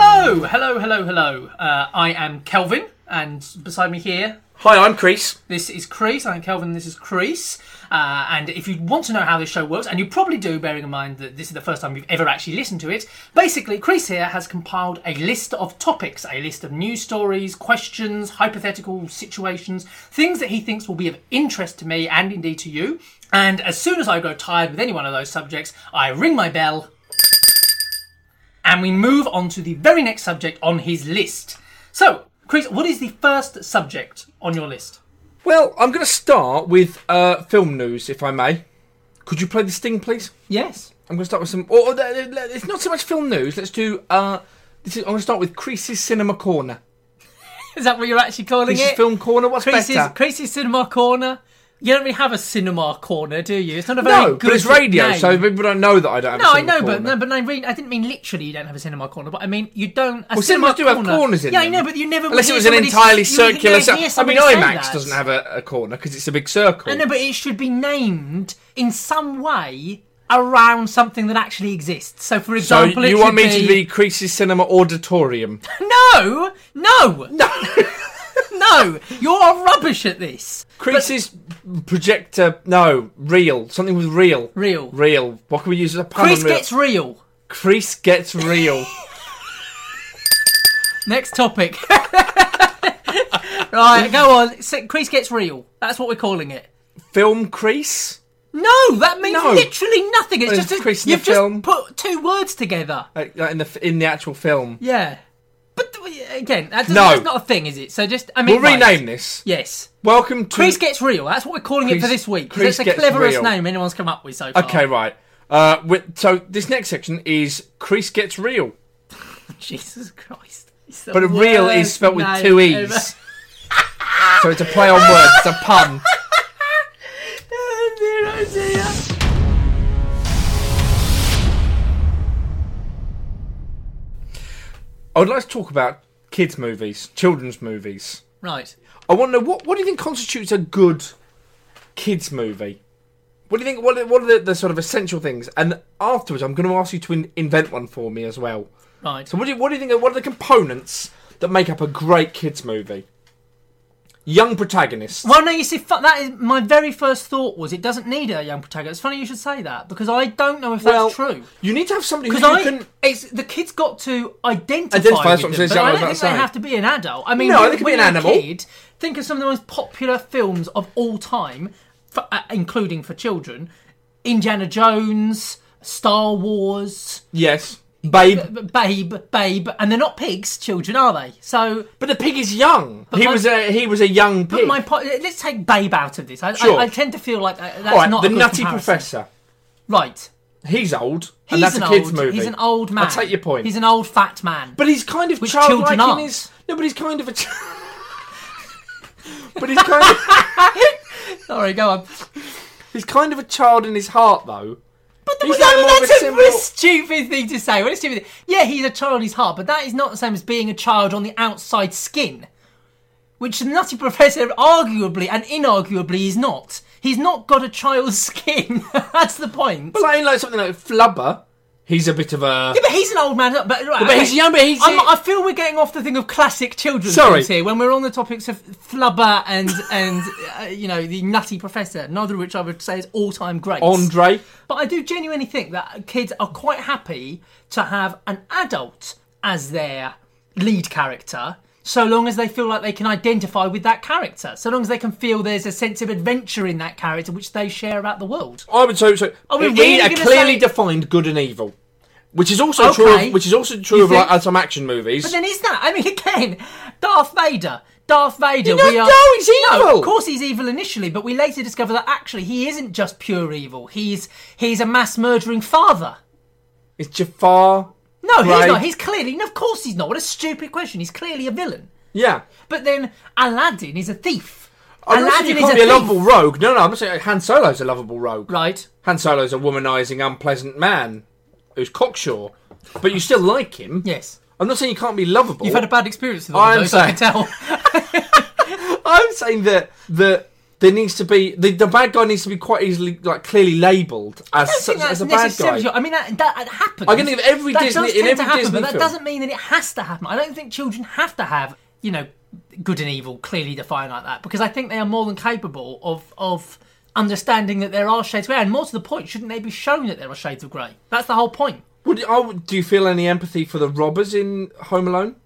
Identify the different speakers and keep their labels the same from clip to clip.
Speaker 1: hello, hello, hello. Uh, I am Kelvin, and beside me here,
Speaker 2: Hi, I'm Chris.
Speaker 1: this is Crease. I am Kelvin, this is Crease. Uh, and if you want to know how this show works, and you probably do, bearing in mind that this is the first time you've ever actually listened to it, basically, Crease here has compiled a list of topics, a list of news stories, questions, hypothetical situations, things that he thinks will be of interest to me and indeed to you. And as soon as I grow tired with any one of those subjects, I ring my bell and we move on to the very next subject on his list. So, Chris, what is the first subject on your list?
Speaker 2: Well, I'm going to start with uh, film news, if I may. Could you play the sting, please?
Speaker 1: Yes.
Speaker 2: I'm going to start with some. oh, Or, or, it's not so much film news. Let's do. Uh, this is. I'm going to start with Creasy's Cinema Corner.
Speaker 1: Is that what you're actually calling
Speaker 2: Creasy's
Speaker 1: it?
Speaker 2: Film Corner. What's
Speaker 1: Creasy's,
Speaker 2: better?
Speaker 1: Creasy's Cinema Corner. You don't really have a cinema corner, do you? It's not a very
Speaker 2: no,
Speaker 1: good
Speaker 2: but it's radio,
Speaker 1: name.
Speaker 2: so people don't know that I don't have.
Speaker 1: no,
Speaker 2: a
Speaker 1: I
Speaker 2: cinema
Speaker 1: know,
Speaker 2: corner.
Speaker 1: but no, but no, I mean- I didn't mean literally. You don't have a cinema corner, but I mean you don't. A
Speaker 2: Well,
Speaker 1: cinema
Speaker 2: cinemas do have
Speaker 1: corner,
Speaker 2: corners in
Speaker 1: Yeah, I
Speaker 2: them.
Speaker 1: know, but you never. would
Speaker 2: Unless it
Speaker 1: hear
Speaker 2: was an
Speaker 1: somebody-
Speaker 2: entirely
Speaker 1: you would
Speaker 2: circular.
Speaker 1: never
Speaker 2: cir-
Speaker 1: hear
Speaker 2: I mean,
Speaker 1: somebody say
Speaker 2: IMAX
Speaker 1: that.
Speaker 2: doesn't have a, a corner because it's a big circle.
Speaker 1: I know, but it should be named in some way around something that actually exists. So, for
Speaker 2: so
Speaker 1: example, it
Speaker 2: you want
Speaker 1: should
Speaker 2: me to be Creasy's Cinema Auditorium?
Speaker 1: No, no, no, no! You're rubbish at this.
Speaker 2: Creasy's projector? No, real. Something with real.
Speaker 1: Real.
Speaker 2: Real. What can we use as a pun?
Speaker 1: Chris
Speaker 2: on real?
Speaker 1: gets real.
Speaker 2: Crease gets real.
Speaker 1: Next topic. right, go on. S- Crease gets real. That's what we're calling it.
Speaker 2: Film crease?
Speaker 1: No, that means
Speaker 2: No.
Speaker 1: literally nothing. It's
Speaker 2: Well,
Speaker 1: just a,
Speaker 2: Crease in the
Speaker 1: you've just
Speaker 2: film.
Speaker 1: put two words together.
Speaker 2: Like, like in the f- in the actual film.
Speaker 1: Yeah, but th- again, that doesn't-
Speaker 2: No.
Speaker 1: that's not a thing, is it? So just I mean,
Speaker 2: We'll
Speaker 1: right.
Speaker 2: rename this.
Speaker 1: Yes,
Speaker 2: Welcome to.
Speaker 1: Crease gets real. That's what we're calling it for
Speaker 2: Crease-
Speaker 1: this week. 'cause
Speaker 2: Crease
Speaker 1: It's the
Speaker 2: gets
Speaker 1: cleverest
Speaker 2: real.
Speaker 1: name anyone's come up with so far.
Speaker 2: okay, right. Uh, with, so this next section is crease gets real,
Speaker 1: Jesus Christ. It's the
Speaker 2: but a real is
Speaker 1: worst
Speaker 2: spelt with
Speaker 1: name
Speaker 2: two
Speaker 1: ever.
Speaker 2: e's. so it's a play on words. It's a pun.
Speaker 1: Oh, dear, oh, dear.
Speaker 2: I would like to talk about kids' movies, children's movies.
Speaker 1: Right.
Speaker 2: I want to know what what do you think constitutes a good kids movie? What do you think? What are, what are the, the sort of essential things? And afterwards, I'm going to ask you to in, invent one for me as well.
Speaker 1: Right.
Speaker 2: So what do you, what do you think? What are the components that make up a great kids movie? Young protagonist.
Speaker 1: Well, no, you see, fu- that is my very first thought was it doesn't need a young protagonist. It's funny you should say that because I don't know if that's
Speaker 2: Well,
Speaker 1: true.
Speaker 2: You need to have somebody who
Speaker 1: Because I,
Speaker 2: you can.
Speaker 1: it's the kid's got to identify.
Speaker 2: Identify, that's
Speaker 1: with
Speaker 2: what
Speaker 1: them, but I
Speaker 2: I'm saying, that's what
Speaker 1: don't
Speaker 2: I
Speaker 1: think
Speaker 2: was about to
Speaker 1: they
Speaker 2: say.
Speaker 1: have to be an adult. I mean,
Speaker 2: No,
Speaker 1: when-
Speaker 2: they could be
Speaker 1: when
Speaker 2: an
Speaker 1: you're a
Speaker 2: animal.
Speaker 1: Kid, think of some of the most popular films of all time, for, uh, including for children: Indiana Jones, Star Wars,
Speaker 2: Yes, babe.
Speaker 1: B- Babe, Babe, and they're not pigs, children, are they? So
Speaker 2: But the pig is young. He
Speaker 1: my-
Speaker 2: was a he was a young pig.
Speaker 1: My po- let's take Babe out of this. I,
Speaker 2: Sure.
Speaker 1: I, I tend to feel like uh, that's
Speaker 2: All right,
Speaker 1: not
Speaker 2: the
Speaker 1: a good
Speaker 2: Nutty
Speaker 1: comparison.
Speaker 2: Professor.
Speaker 1: Right.
Speaker 2: He's old,
Speaker 1: He's
Speaker 2: and that's
Speaker 1: an
Speaker 2: a kids
Speaker 1: old.
Speaker 2: movie.
Speaker 1: He's an old man.
Speaker 2: I take your point.
Speaker 1: He's an old fat man.
Speaker 2: But he's kind of
Speaker 1: Which
Speaker 2: childlike
Speaker 1: children
Speaker 2: in
Speaker 1: aren't.
Speaker 2: his. No, but he's kind of a. Ch- but he's kind of
Speaker 1: Sorry, go on.
Speaker 2: he's kind of a child in his heart, though. But
Speaker 1: Well, no, that's a very stupid thing to say. What a stupid thing. Yeah, he's a child in his heart, but that is not the same as being a child on the outside skin, which the Nutty Professor arguably and inarguably is not. He's not got a child's skin. that's the point.
Speaker 2: But like, in, like something like Flubber, he's a bit of a.
Speaker 1: Yeah, but he's an old man. But, right,
Speaker 2: but
Speaker 1: okay.
Speaker 2: he's young, but he's-
Speaker 1: I'm, I feel we're getting off the thing of classic children's
Speaker 2: Sorry.
Speaker 1: films here when we're on the topics of Flubber and and uh, you know the Nutty Professor, neither of which I would say is all time great.
Speaker 2: Andre.
Speaker 1: But I do genuinely think that kids are quite happy to have an adult as their lead character. So long as they feel like they can identify with that character, so long as they can feel there's a sense of adventure in that character which they share about the world.
Speaker 2: I would so so.
Speaker 1: Are we
Speaker 2: it-
Speaker 1: really
Speaker 2: it- a
Speaker 1: gonna
Speaker 2: clearly
Speaker 1: say-
Speaker 2: defined good and evil, which is also true.
Speaker 1: Okay.
Speaker 2: Of, which is also true
Speaker 1: You
Speaker 2: of
Speaker 1: think-
Speaker 2: like some action movies.
Speaker 1: But then is that? I mean, again, Darth Vader. Darth Vader.
Speaker 2: don't
Speaker 1: we are,
Speaker 2: know he's
Speaker 1: No,
Speaker 2: evil.
Speaker 1: of course he's evil initially, but we later discover that actually he isn't just pure evil. He's he's a mass murdering father.
Speaker 2: It's Jafar.
Speaker 1: No, he's
Speaker 2: Right.
Speaker 1: not. He's clearly. No, of course he's not. What a stupid question. He's clearly a villain.
Speaker 2: Yeah.
Speaker 1: But then Aladdin is a thief.
Speaker 2: I'm not
Speaker 1: Aladdin
Speaker 2: saying you
Speaker 1: is a
Speaker 2: can't be a
Speaker 1: thief.
Speaker 2: lovable rogue. No, no, I'm not saying Han Solo's a lovable rogue.
Speaker 1: Right.
Speaker 2: Han Solo's a womanising, unpleasant man who's cocksure, but you still like him.
Speaker 1: Yes.
Speaker 2: I'm not saying you can't be lovable.
Speaker 1: You've had a bad experience with all
Speaker 2: I'm
Speaker 1: of those. I can
Speaker 2: saying-
Speaker 1: tell.
Speaker 2: I'm saying that that There needs to be the, the bad guy needs to be quite easily like clearly labelled as
Speaker 1: don't
Speaker 2: such,
Speaker 1: think
Speaker 2: as
Speaker 1: that's
Speaker 2: a bad guy.
Speaker 1: necessarily- I mean, that, that, that happens.
Speaker 2: I can think of every
Speaker 1: that
Speaker 2: Disney-
Speaker 1: does
Speaker 2: in
Speaker 1: tend to
Speaker 2: every
Speaker 1: happen,
Speaker 2: Disney
Speaker 1: but that
Speaker 2: film.
Speaker 1: doesn't mean that it has to happen. I don't think children have to have, you know, good and evil clearly defined like that because I think they are more than capable of of understanding that there are shades of grey. And more to the point, shouldn't they be shown that there are shades of grey? That's the whole point.
Speaker 2: Would, I would- do you feel any empathy for the robbers in Home Alone?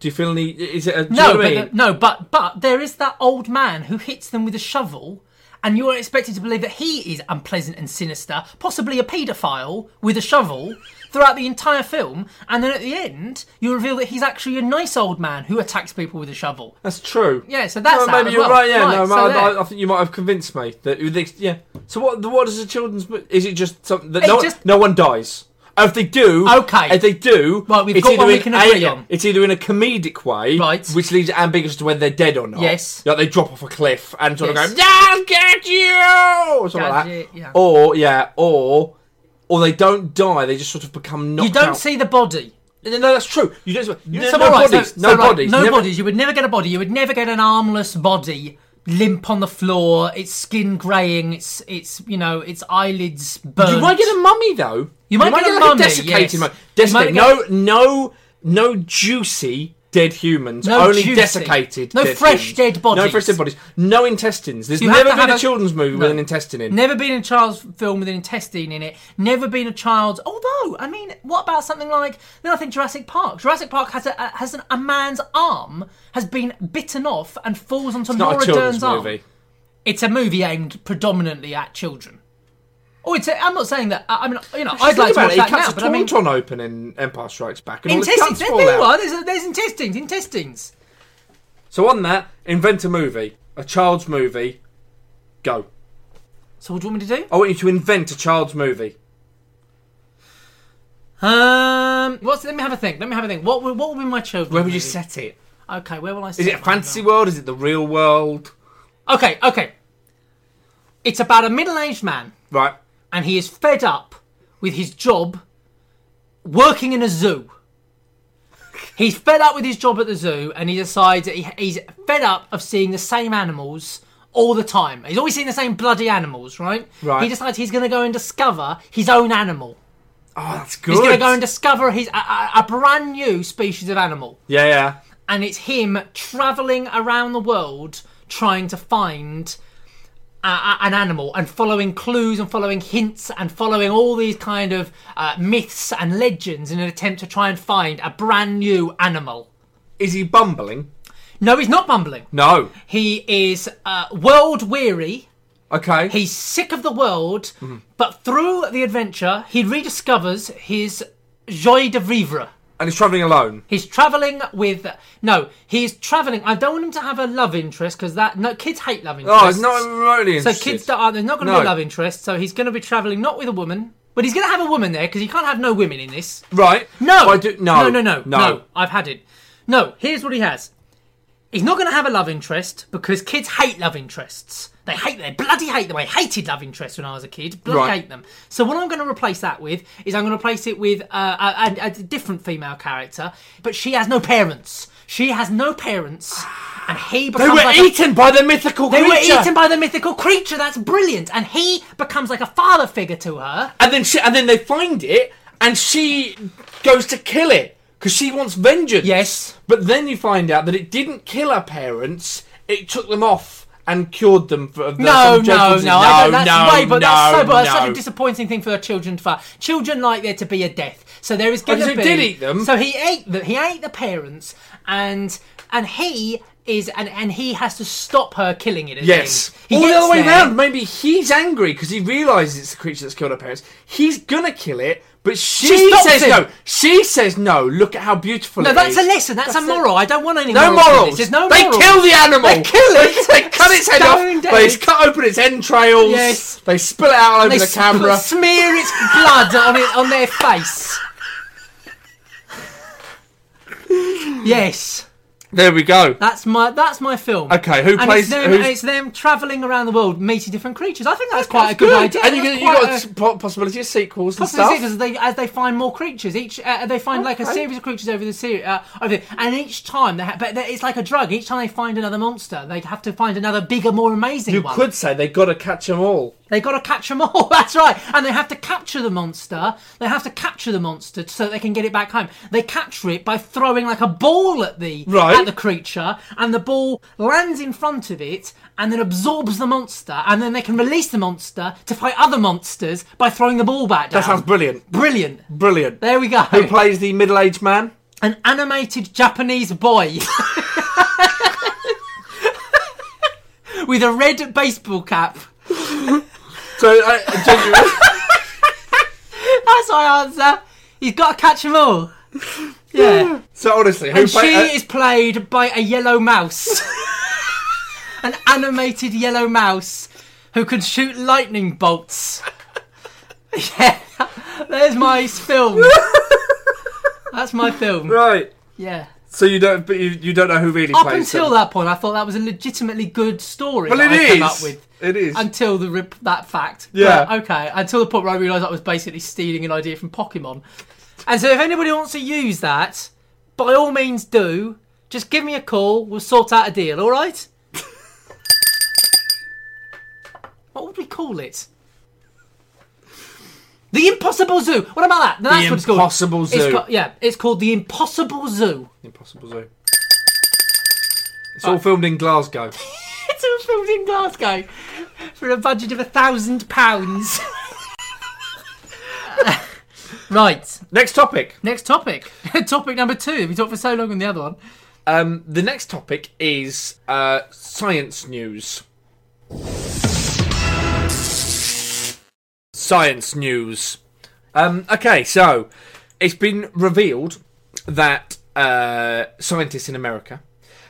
Speaker 2: Do you feel any? Is it a, do
Speaker 1: No,
Speaker 2: you know what I
Speaker 1: but
Speaker 2: mean?
Speaker 1: the- no, but but there is that old man who hits them with a shovel, and you are expected to believe that he is unpleasant and sinister, possibly a paedophile with a shovel, throughout the entire film. And then at the end, you reveal that he's actually a nice old man who attacks people with a shovel.
Speaker 2: That's true.
Speaker 1: Yeah, so that's
Speaker 2: No,
Speaker 1: out
Speaker 2: maybe
Speaker 1: as
Speaker 2: you're
Speaker 1: well.
Speaker 2: right. Yeah,
Speaker 1: Right,
Speaker 2: no,
Speaker 1: so
Speaker 2: I,
Speaker 1: there.
Speaker 2: I, I think you might have convinced me that. They, yeah. So what? What is a children's book? Is it just something that
Speaker 1: It
Speaker 2: no, one-
Speaker 1: just-
Speaker 2: no one dies? And If they do,
Speaker 1: Okay.
Speaker 2: If they do,
Speaker 1: Right, we've
Speaker 2: it's
Speaker 1: got
Speaker 2: either
Speaker 1: one we
Speaker 2: in
Speaker 1: can
Speaker 2: a-
Speaker 1: agree on.
Speaker 2: It's either in a comedic way,
Speaker 1: Right.
Speaker 2: which leaves it ambiguous to whether they're dead or not.
Speaker 1: Yes.
Speaker 2: like they drop off a cliff and sort
Speaker 1: Yes.
Speaker 2: of go, "I'll get you," or something like
Speaker 1: Gadget,
Speaker 2: that.
Speaker 1: yeah.
Speaker 2: Or yeah, or or they don't die; they just sort of become knocked
Speaker 1: You don't
Speaker 2: out.
Speaker 1: see the body.
Speaker 2: No, no, that's true. You don't. You,
Speaker 1: So,
Speaker 2: no
Speaker 1: all right, so-
Speaker 2: bodies.
Speaker 1: so,
Speaker 2: no
Speaker 1: right,
Speaker 2: bodies.
Speaker 1: No
Speaker 2: never-
Speaker 1: bodies. You would never get a body. You would never get an armless body, limp on the floor, its skin greying, its its you know its eyelids burnt.
Speaker 2: You might get a mummy though.
Speaker 1: You might get a
Speaker 2: like,
Speaker 1: mummy,
Speaker 2: desiccated
Speaker 1: yes.
Speaker 2: mummy.
Speaker 1: You might
Speaker 2: Desiccated. No, no, no juicy dead humans.
Speaker 1: No
Speaker 2: only
Speaker 1: juicy.
Speaker 2: desiccated.
Speaker 1: No
Speaker 2: dead
Speaker 1: fresh
Speaker 2: humans.
Speaker 1: dead bodies.
Speaker 2: No fresh dead bodies. No intestines. There's
Speaker 1: You have
Speaker 2: never
Speaker 1: to
Speaker 2: been
Speaker 1: have
Speaker 2: a,
Speaker 1: a-
Speaker 2: children's movie
Speaker 1: No.
Speaker 2: with an intestine in.
Speaker 1: Never been in a child's film with an intestine in it. Never been a child's. Although, I mean, what about something like? Then I think Jurassic Park. Jurassic Park has a, a has an, a man's arm has been bitten off and falls onto
Speaker 2: Not
Speaker 1: Nora
Speaker 2: a children's
Speaker 1: Dern's arm.
Speaker 2: movie.
Speaker 1: It's a movie aimed predominantly at children. Oh, it's. A, I'm not saying that. I, I mean, you know, I'd like to
Speaker 2: Think
Speaker 1: watch
Speaker 2: about it.
Speaker 1: that
Speaker 2: He cuts
Speaker 1: now,
Speaker 2: a
Speaker 1: but I mean,
Speaker 2: Tauntaun open in Empire Strikes Back, and all his
Speaker 1: intestines. There,
Speaker 2: guts fall
Speaker 1: there you
Speaker 2: out.
Speaker 1: are. There's, there's intestines. Intestines.
Speaker 2: So on that, invent a movie, a child's movie. Go.
Speaker 1: So what do you want me to do?
Speaker 2: I want you to invent a child's movie.
Speaker 1: Um, what's? Let me have a think. Let me have a think. What? would- What will be my children?
Speaker 2: Where would you
Speaker 1: movie?
Speaker 2: set it?
Speaker 1: Okay, where will I?
Speaker 2: Is it a fantasy world? Is it the real world?
Speaker 1: Okay, okay. It's about a middle aged man,
Speaker 2: Right.
Speaker 1: and he is fed up with his job working in a zoo. He's fed up with his job at the zoo, and he decides that he, he's fed up of seeing the same animals all the time. He's always seeing the same bloody animals, right?
Speaker 2: Right.
Speaker 1: He decides he's going to go and discover his own animal.
Speaker 2: Oh, that's good.
Speaker 1: He's going to go and discover his a, a, a brand new species of animal
Speaker 2: Yeah, yeah.
Speaker 1: and it's him traveling around the world trying to find a, a- an animal and following clues and following hints and following all these kind of uh, myths and legends in an attempt to try and find a brand new animal.
Speaker 2: Is he bumbling?
Speaker 1: No, he's not bumbling.
Speaker 2: No.
Speaker 1: He is uh, world weary.
Speaker 2: Okay.
Speaker 1: He's sick of the world, but through the adventure, he rediscovers his joie de vivre.
Speaker 2: and he's travelling alone.
Speaker 1: He's traveling with no. He's traveling. I don't want him to have a love interest because that no kids hate love interests.
Speaker 2: Oh, it's not remotely
Speaker 1: So
Speaker 2: interested.
Speaker 1: kids that are there's not going to be
Speaker 2: No.
Speaker 1: a love interest. So he's going to be traveling not with a woman, but he's going to have a woman there because he can't have no women in this.
Speaker 2: Right.
Speaker 1: No,
Speaker 2: I do. No.
Speaker 1: no, no, no, no, I've had it. No, here's what he has. He's not going to have a love interest because kids hate love interests. They hate they bloody hate them. I hated love interests when I was a kid. Bloody
Speaker 2: Right.
Speaker 1: hate them. So what I'm going to replace that with is I'm going to replace it with uh, a, a, a different female character, but she has no parents. She has no parents, and he
Speaker 2: They
Speaker 1: becomes
Speaker 2: were
Speaker 1: like a-
Speaker 2: eaten by the mythical
Speaker 1: they were
Speaker 2: creature.
Speaker 1: eaten by the mythical creature. That's brilliant. And he becomes like a father figure to her.
Speaker 2: and then she, and then they find it, and she goes to kill it because she wants vengeance.
Speaker 1: Yes.
Speaker 2: But then you find out that it didn't kill her parents. It took them off and cured them for of their-
Speaker 1: No,
Speaker 2: some
Speaker 1: no,
Speaker 2: gentleness.
Speaker 1: no, I know
Speaker 2: no,
Speaker 1: that's
Speaker 2: no,
Speaker 1: way, but that's
Speaker 2: no,
Speaker 1: so, but that's such
Speaker 2: no.
Speaker 1: a disappointing thing for children. For children like there to be a death, so there is going
Speaker 2: Oh,
Speaker 1: to
Speaker 2: so he
Speaker 1: be.
Speaker 2: did eat them?
Speaker 1: So he ate the he ate the parents, and and he is and and he has to stop her killing it. at the
Speaker 2: Yes.
Speaker 1: end. He
Speaker 2: All the
Speaker 1: gets
Speaker 2: other way
Speaker 1: there.
Speaker 2: round. Maybe he's angry because he realises it's the creature that's killed her parents. He's gonna kill it, but she,
Speaker 1: She stops
Speaker 2: says
Speaker 1: him.
Speaker 2: no. She says no. Look at how beautiful
Speaker 1: No,
Speaker 2: it
Speaker 1: that's
Speaker 2: is.
Speaker 1: a lesson. That's, a moral. I don't want any morals.
Speaker 2: No
Speaker 1: in this.
Speaker 2: morals.
Speaker 1: There's no
Speaker 2: they
Speaker 1: morals.
Speaker 2: kill the animal.
Speaker 1: They kill it.
Speaker 2: they cut its head
Speaker 1: Stone
Speaker 2: off.
Speaker 1: dead.
Speaker 2: They cut open its entrails.
Speaker 1: Yes.
Speaker 2: They spill it out over
Speaker 1: They
Speaker 2: the
Speaker 1: sp-
Speaker 2: camera.
Speaker 1: smear its blood on it on their face. Yes.
Speaker 2: There we go.
Speaker 1: That's my that's my film.
Speaker 2: Okay, who
Speaker 1: and
Speaker 2: plays-
Speaker 1: It's them,
Speaker 2: who's-
Speaker 1: it's them traveling around the world, meeting different creatures. I think that's quite a good, idea.
Speaker 2: And you,
Speaker 1: That's
Speaker 2: you
Speaker 1: quite
Speaker 2: got
Speaker 1: a-
Speaker 2: a po- possibility of sequels and
Speaker 1: Possibly
Speaker 2: stuff.
Speaker 1: because they as they find more creatures, each uh, they find like a
Speaker 2: Okay.
Speaker 1: series of creatures over the series, uh, over the, and each time they ha- but they- it's like a drug. Each time they find another monster, they have to find another bigger, more amazing
Speaker 2: You
Speaker 1: one.
Speaker 2: could say they got to catch them all.
Speaker 1: They got to catch them all. That's right, and they have to capture the monster. They have to capture the monster so they can get it back home. They capture it by throwing like a ball at the
Speaker 2: Right.
Speaker 1: at the creature, and the ball lands in front of it and then absorbs the monster, and then they can release the monster to fight other monsters by throwing the ball back down.
Speaker 2: That sounds brilliant.
Speaker 1: brilliant.
Speaker 2: Brilliant.
Speaker 1: There we go.
Speaker 2: Who plays the middle-aged man?
Speaker 1: An animated Japanese boy. With a red baseball cap.
Speaker 2: So, uh, genuinely-
Speaker 1: That's my answer. He's got to catch them all. Yeah.
Speaker 2: so honestly, who
Speaker 1: and she
Speaker 2: play- uh,
Speaker 1: is played by a yellow mouse. An animated yellow mouse who can shoot lightning bolts. Yeah. There's my film. That's my film.
Speaker 2: right?
Speaker 1: Yeah.
Speaker 2: So you don't, but you, you don't know who really
Speaker 1: Up
Speaker 2: plays
Speaker 1: until
Speaker 2: them.
Speaker 1: that point, I thought that was a legitimately good story
Speaker 2: Well,
Speaker 1: that I
Speaker 2: it is.
Speaker 1: came up with.
Speaker 2: It is.
Speaker 1: Until the rip, that fact.
Speaker 2: Yeah.
Speaker 1: But, okay. Until the point where I realised that was basically stealing an idea from Pokemon. And so, if anybody wants to use that, by all means do. Just give me a call. We'll sort out a deal. All right. what would we call it? The Impossible Zoo. What about that? No, that's what it's called.
Speaker 2: Impossible
Speaker 1: It's
Speaker 2: Zoo.
Speaker 1: ca- yeah, it's called the Impossible Zoo.
Speaker 2: Impossible Zoo. It's all filmed in Glasgow.
Speaker 1: It's all filmed in Glasgow for a budget of a thousand pounds. Right.
Speaker 2: Next topic.
Speaker 1: Next topic. topic number two. We talked for so long on the other one.
Speaker 2: Um, the next topic is uh, science news. Science news. Um, okay, so it's been revealed that uh, scientists in America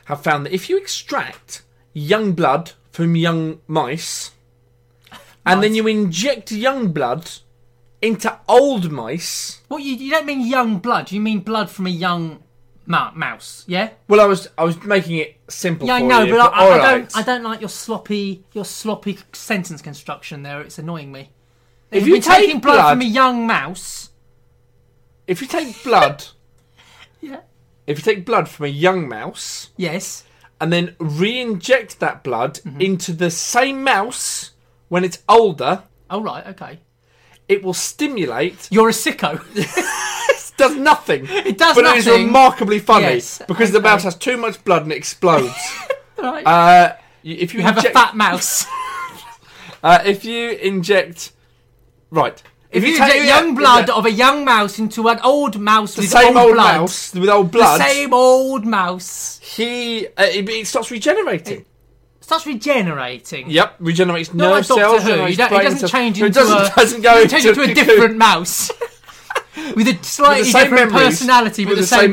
Speaker 2: have found that if you extract young blood from young mice and then you inject young blood into old mice.
Speaker 1: What you, you don't mean young blood. You mean blood from a young ma- mouse. Yeah.
Speaker 2: Well, I was I was making it simple.
Speaker 1: Yeah, I
Speaker 2: for
Speaker 1: know,
Speaker 2: you,
Speaker 1: but, I, I,
Speaker 2: all
Speaker 1: I don't.
Speaker 2: right.
Speaker 1: I don't like your sloppy, your sloppy sentence construction there. It's annoying me.
Speaker 2: If
Speaker 1: You're
Speaker 2: you take
Speaker 1: taking blood,
Speaker 2: blood-
Speaker 1: from a young mouse.
Speaker 2: If you take blood,
Speaker 1: Yeah.
Speaker 2: if you take blood from a young mouse
Speaker 1: Yes.
Speaker 2: and then re-inject that blood
Speaker 1: Mm-hmm.
Speaker 2: into the same mouse when it's older,
Speaker 1: All right. Okay.
Speaker 2: it will stimulate.
Speaker 1: You're a sicko.
Speaker 2: It does nothing. It
Speaker 1: does
Speaker 2: but it is
Speaker 1: nothing.
Speaker 2: remarkably funny
Speaker 1: Yes,
Speaker 2: because the
Speaker 1: okay.
Speaker 2: mouse has too much blood and it explodes.
Speaker 1: right.
Speaker 2: uh, y- if you,
Speaker 1: you have a
Speaker 2: inject-
Speaker 1: fat mouse.
Speaker 2: uh, if you inject, right.
Speaker 1: If you
Speaker 2: take-
Speaker 1: inject
Speaker 2: yeah,
Speaker 1: young blood
Speaker 2: yeah,
Speaker 1: of a young mouse into an old mouse
Speaker 2: the
Speaker 1: with
Speaker 2: same
Speaker 1: old,
Speaker 2: old
Speaker 1: blood,
Speaker 2: mouse with old
Speaker 1: the
Speaker 2: blood,
Speaker 1: same old mouse
Speaker 2: he uh, it, it starts regenerating.
Speaker 1: starts regenerating.
Speaker 2: Yep, regenerates
Speaker 1: Not
Speaker 2: nerve
Speaker 1: like Doctor
Speaker 2: cells.
Speaker 1: Who. You
Speaker 2: regenerates
Speaker 1: don't-
Speaker 2: brain
Speaker 1: it doesn't
Speaker 2: cells.
Speaker 1: change
Speaker 2: It
Speaker 1: into
Speaker 2: doesn't,
Speaker 1: a,
Speaker 2: doesn't go
Speaker 1: it change into
Speaker 2: into
Speaker 1: a
Speaker 2: cocoon.
Speaker 1: different mouse with a slightly
Speaker 2: same
Speaker 1: different
Speaker 2: memories,
Speaker 1: personality, but
Speaker 2: with
Speaker 1: the,
Speaker 2: the
Speaker 1: same,
Speaker 2: same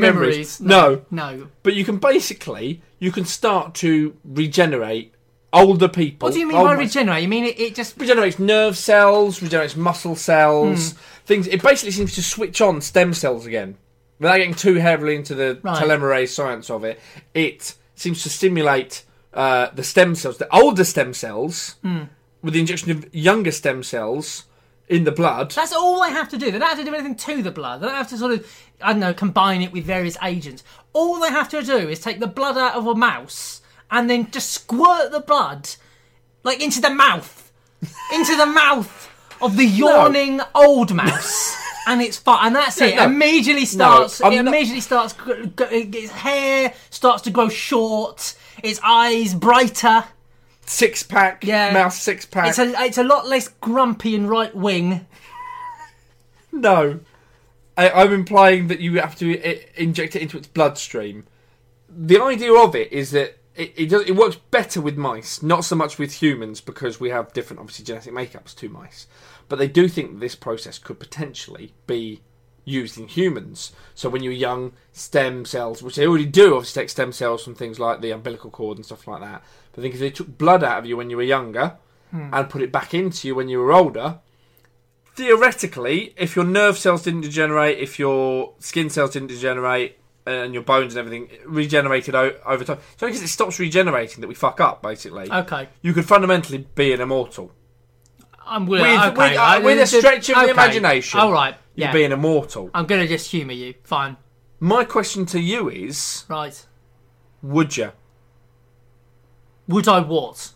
Speaker 1: memories.
Speaker 2: memories. No.
Speaker 1: no.
Speaker 2: But you can basically you can start to regenerate older people.
Speaker 1: What do you mean
Speaker 2: old
Speaker 1: by
Speaker 2: mice.
Speaker 1: regenerate? You mean it, it just
Speaker 2: Regenerates nerve cells, regenerates muscle cells,
Speaker 1: Hmm.
Speaker 2: things. It basically seems to switch on stem cells again. Without getting too heavily into the
Speaker 1: Right.
Speaker 2: telomerase science of it, it seems to stimulate uh, the stem cells, the older stem cells,
Speaker 1: Hmm.
Speaker 2: with the injection of younger stem cells in the blood.
Speaker 1: That's all they have to do. They don't have to do anything to the blood. They don't have to sort of, I don't know, combine it with various agents. All they have to do is take the blood out of a mouse and then just squirt the blood, like into the mouth, into the mouth of the yawning old mouse. And it's fun, and that's it.
Speaker 2: no.
Speaker 1: Immediately starts.
Speaker 2: I'm
Speaker 1: it
Speaker 2: not-
Speaker 1: immediately starts. g- g- Its hair starts to grow short. Its eyes brighter.
Speaker 2: six pack,
Speaker 1: Yeah.
Speaker 2: mouse six pack.
Speaker 1: It's a. It's a lot less grumpy and right wing.
Speaker 2: no, I, I'm implying that you have to i inject it into its bloodstream. The idea of it is that it it, does, it works better with mice, not so much with humans because we have different, obviously, genetic makeups to mice. But they do think that this process could potentially be used in humans. So when you're young, stem cells, which they already do, obviously take stem cells from things like the umbilical cord and stuff like that. But I think if they took blood out of you when you were younger and put it back into you when you were older, theoretically, if your nerve cells didn't degenerate, if your skin cells didn't degenerate, and your bones and everything regenerated o- over time. So because it stops regenerating that we fuck up basically.
Speaker 1: Okay.
Speaker 2: You could fundamentally be an immortal.
Speaker 1: I'm with,
Speaker 2: With-
Speaker 1: okay,
Speaker 2: with, uh,
Speaker 1: right,
Speaker 2: with a
Speaker 1: this is-
Speaker 2: stretch of the
Speaker 1: okay.
Speaker 2: imagination,
Speaker 1: All right.
Speaker 2: You'd
Speaker 1: Yeah. Uh,
Speaker 2: be an immortal.
Speaker 1: I'm gonna just humour you. Fine.
Speaker 2: My question to you is:
Speaker 1: Right.
Speaker 2: Would you
Speaker 1: Would I what?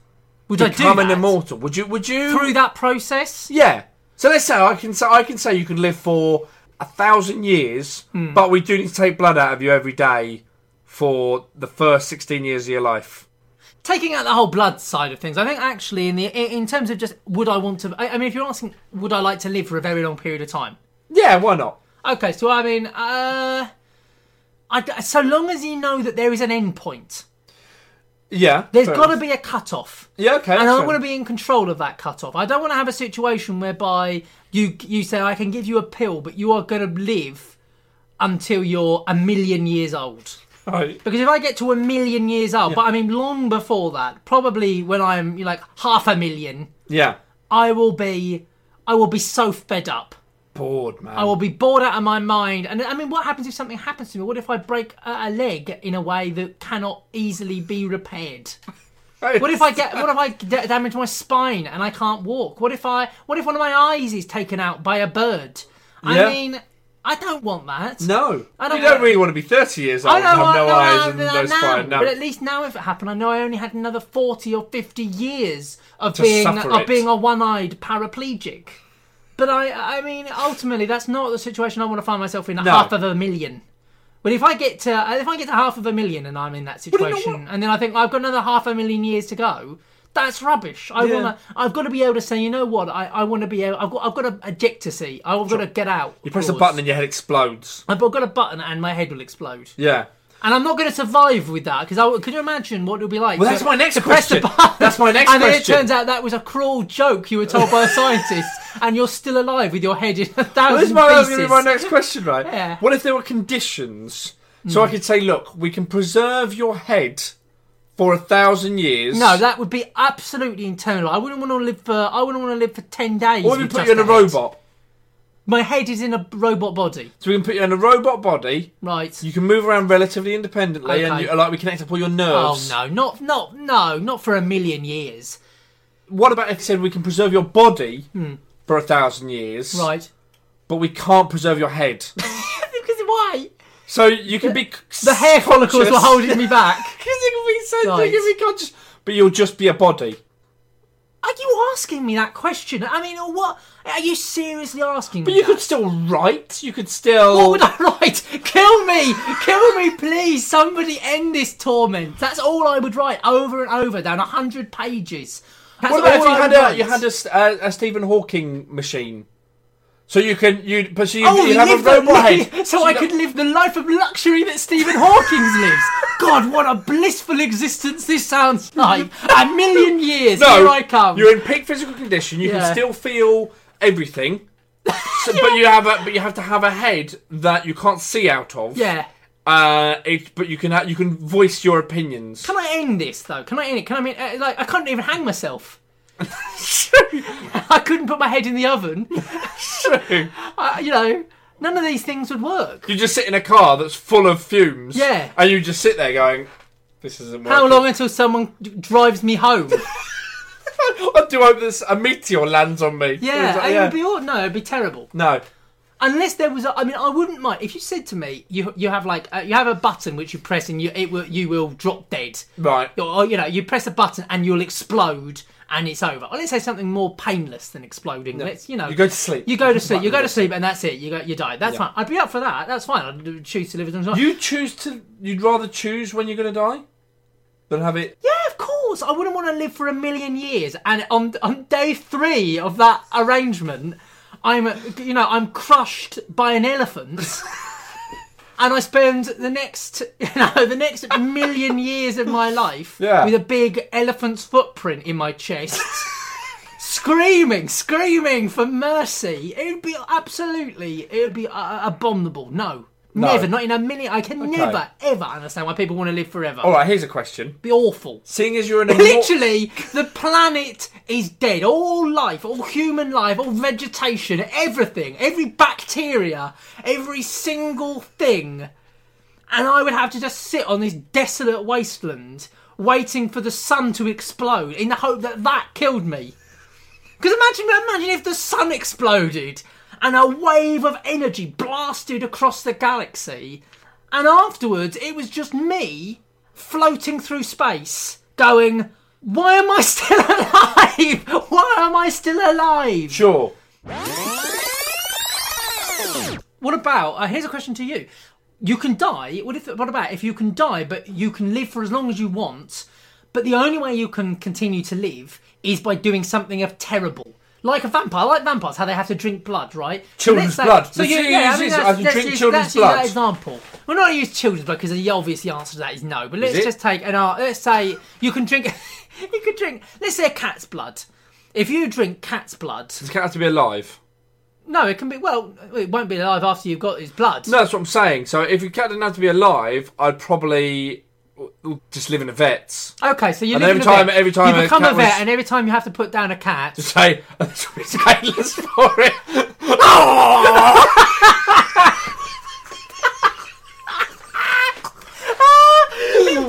Speaker 1: Would
Speaker 2: become
Speaker 1: I do
Speaker 2: an
Speaker 1: that?
Speaker 2: immortal? Would you? Would you?
Speaker 1: through that process?
Speaker 2: Yeah. So let's say I can say I can say you can live for a thousand years,
Speaker 1: Hmm.
Speaker 2: but we do need to take blood out of you every day for the first sixteen years of your life.
Speaker 1: taking out the whole blood side of things, I think actually in the in in terms of just would I want to? I, I mean, if you're asking, would I like to live for a very long period of time?
Speaker 2: Yeah, why not?
Speaker 1: Okay, so I mean, uh, I d so long as you know that there is an end point,
Speaker 2: Yeah.
Speaker 1: there's
Speaker 2: fair
Speaker 1: got to
Speaker 2: enough.
Speaker 1: be a cut off.
Speaker 2: Yeah, okay.
Speaker 1: And
Speaker 2: that's
Speaker 1: I
Speaker 2: fair.
Speaker 1: want to be in control of that cut off. I don't want to have a situation whereby you you say I can give you a pill, but you are going to live until you're a million years old.
Speaker 2: Right.
Speaker 1: Because if I get to a million years old, but I mean long before that, probably when I'm you know, like half a million,
Speaker 2: Yeah.
Speaker 1: I will be, I will be so fed up.
Speaker 2: Bored, man.
Speaker 1: I will be bored out of my mind. And I mean, what happens if something happens to me? What if I break a, a leg in a way that cannot easily be repaired? What if I get? What if I d- damage my spine and I can't walk? What if I? What if one of my eyes is taken out by a bird? I
Speaker 2: Yeah.
Speaker 1: mean, I don't want that.
Speaker 2: No.
Speaker 1: I don't
Speaker 2: you don't
Speaker 1: want-
Speaker 2: really want to be thirty years old
Speaker 1: I
Speaker 2: and
Speaker 1: know,
Speaker 2: have
Speaker 1: I
Speaker 2: no
Speaker 1: know,
Speaker 2: eyes
Speaker 1: I
Speaker 2: and
Speaker 1: know
Speaker 2: no
Speaker 1: now,
Speaker 2: spine. No.
Speaker 1: But at least now, if it happened, I know I only had another forty or fifty years of
Speaker 2: To
Speaker 1: being
Speaker 2: suffer
Speaker 1: of
Speaker 2: it.
Speaker 1: being a one-eyed paraplegic. But I, I mean, ultimately, that's not the situation I want to find myself in. Half of a million. But if I get to if I get to half of a million and I'm in that
Speaker 2: you know
Speaker 1: situation, and then I think I've got another half a million years to go. That's rubbish. I
Speaker 2: Yeah.
Speaker 1: wanna. I've got to be able to say, you know what? I, I want to be able. I've got. I've got to eject to see. I've got to get out.
Speaker 2: You press a button and your head explodes.
Speaker 1: I've got a button, and my head will explode.
Speaker 2: Yeah.
Speaker 1: And I'm not going to survive with that because could you imagine what it would be like?
Speaker 2: Well,
Speaker 1: to-
Speaker 2: that's my next
Speaker 1: to press the
Speaker 2: question.
Speaker 1: button
Speaker 2: That's my next
Speaker 1: and then
Speaker 2: question.
Speaker 1: it turns out that was a cruel joke you were told by a scientist, and you're still alive with your head in a
Speaker 2: Well, this is
Speaker 1: thousand
Speaker 2: my, that's
Speaker 1: pieces.
Speaker 2: gonna be my next question, right?
Speaker 1: Yeah. Hmm.
Speaker 2: What if there were conditions? So I could say, look, we can preserve your head for a thousand years.
Speaker 1: No, that would be absolutely internal. I wouldn't want to live for. I wouldn't want to live for ten days.
Speaker 2: Or we
Speaker 1: with
Speaker 2: put
Speaker 1: just
Speaker 2: you in a
Speaker 1: a head.
Speaker 2: robot.
Speaker 1: My head is in a robot body,
Speaker 2: So we can put you in a robot body.
Speaker 1: right?
Speaker 2: You can move around relatively independently, and
Speaker 1: Okay.
Speaker 2: you, like we connect up all your
Speaker 1: Oh
Speaker 2: nerves.
Speaker 1: no, not not no, not for a million years,
Speaker 2: What about if you said we can preserve your body for a thousand years,
Speaker 1: Hmm. right?
Speaker 2: But we can't preserve your head.
Speaker 1: because why?
Speaker 2: so you can be
Speaker 1: The hair follicles were holding me back.
Speaker 2: Because you can be so
Speaker 1: Right.
Speaker 2: you can be conscious, but you'll just be a body.
Speaker 1: Are you asking me that question? I mean, or what? Are you seriously asking
Speaker 2: But
Speaker 1: me
Speaker 2: you
Speaker 1: that?
Speaker 2: could still write. You could still.
Speaker 1: What would I write? Kill me! Kill me, please! Somebody end this torment. That's all I would write over and over down a hundred pages. That's
Speaker 2: What about if
Speaker 1: all
Speaker 2: you
Speaker 1: I
Speaker 2: had,
Speaker 1: would
Speaker 2: a,
Speaker 1: write.
Speaker 2: you had a, s- a- a Stephen Hawking machine? So you can you but so you,
Speaker 1: Oh,
Speaker 2: you have a
Speaker 1: live the-
Speaker 2: robot head.
Speaker 1: so
Speaker 2: you
Speaker 1: I
Speaker 2: know-
Speaker 1: could live the life of luxury that Stephen Hawking's lives. God, what a blissful existence this sounds like! A million years,
Speaker 2: no,
Speaker 1: here I come.
Speaker 2: You're in peak physical condition. You
Speaker 1: Yeah.
Speaker 2: can still feel everything, so, but you have a, but you have to have a head that you can't see out of.
Speaker 1: Yeah.
Speaker 2: Uh, it, but you can ha- you can voice your opinions.
Speaker 1: Can I end this though? Can I end it? Can I mean, uh, like, I couldn't even hang myself. I couldn't put my head in the oven. I, you know, none of these things would work.
Speaker 2: You just sit in a car that's full of fumes.
Speaker 1: Yeah.
Speaker 2: And you just sit there going, "This isn't
Speaker 1: How
Speaker 2: working."
Speaker 1: long until someone d- drives me home?
Speaker 2: I Oh, do hope this a meteor lands on me.
Speaker 1: Yeah,
Speaker 2: It's like,
Speaker 1: it would be odd. No, it'd be terrible.
Speaker 2: no.
Speaker 1: Unless there was, a, I mean, I wouldn't mind if you said to me, you you have like uh, you have a button which you press and you it will you will drop dead.
Speaker 2: Right.
Speaker 1: Or, or, you know, you press a button and you'll explode and it's over. Or let's say something more painless than exploding. Let's you know
Speaker 2: You go to sleep.
Speaker 1: You go to sleep.
Speaker 2: Right,
Speaker 1: You go
Speaker 2: yeah.
Speaker 1: to sleep, and that's it. You go. You die. That's fine. I'd be up for that. That's fine. I'd choose to live as long as I-
Speaker 2: You choose to. You'd rather choose when you're going to die than have it.
Speaker 1: Yeah, of course. I wouldn't want to live for a million years. And on on day three of that arrangement, I'm you know I'm crushed by an elephant, and I spend the next you know the next million years of my life
Speaker 2: Yeah.
Speaker 1: with a big elephant's footprint in my chest. Screaming, screaming for mercy. It would be absolutely, it would be uh, abominable. No, never, not in a million. I can never, ever understand why people want to live forever.
Speaker 2: All right. Here's a question.
Speaker 1: be awful.
Speaker 2: Seeing as you're an immortal,
Speaker 1: Literally, the planet is dead. All life, all human life, all vegetation, everything, every bacteria, every single thing. and I would have to just sit on this desolate wasteland waiting for the sun to explode in the hope that that killed me. Because imagine, imagine if the sun exploded and a wave of energy blasted across the galaxy, and afterwards it was just me floating through space going, Why am I still alive? Why am I still alive?
Speaker 2: Sure.
Speaker 1: What about? Uh, here's a question to you. You can die. What if? What about if you can die, but you can live for as long as you want? But the only way you can continue to live is by doing something of terrible, like a vampire, like vampires, how they have to drink blood, right? Let's
Speaker 2: Children's
Speaker 1: say-
Speaker 2: blood.
Speaker 1: So
Speaker 2: The
Speaker 1: you,
Speaker 2: theory
Speaker 1: yeah,
Speaker 2: is
Speaker 1: I mean,
Speaker 2: this, I
Speaker 1: that's-
Speaker 2: can
Speaker 1: let's
Speaker 2: drink
Speaker 1: use-
Speaker 2: children's
Speaker 1: let's use that
Speaker 2: blood.
Speaker 1: example. We're not going to use children's blood because the obvious answer to that is no. But let's
Speaker 2: it?
Speaker 1: just take an. ar- Let's say you can drink. you could drink. Let's say a cat's blood. If you drink cat's blood,
Speaker 2: Does the cat have to be alive?
Speaker 1: no, it can be. Well, it won't be alive after you've got his blood.
Speaker 2: No, that's what I'm saying. So if your cat didn't have to be alive, I'd probably w- w- just live in a vet's.
Speaker 1: Okay, so you
Speaker 2: And
Speaker 1: live
Speaker 2: every
Speaker 1: in a
Speaker 2: time-
Speaker 1: vet.
Speaker 2: every time
Speaker 1: you
Speaker 2: a
Speaker 1: become a
Speaker 2: cat
Speaker 1: vet,
Speaker 2: was-
Speaker 1: and every time you have to put down a cat,
Speaker 2: Say, that's what it's callous for it. Oh!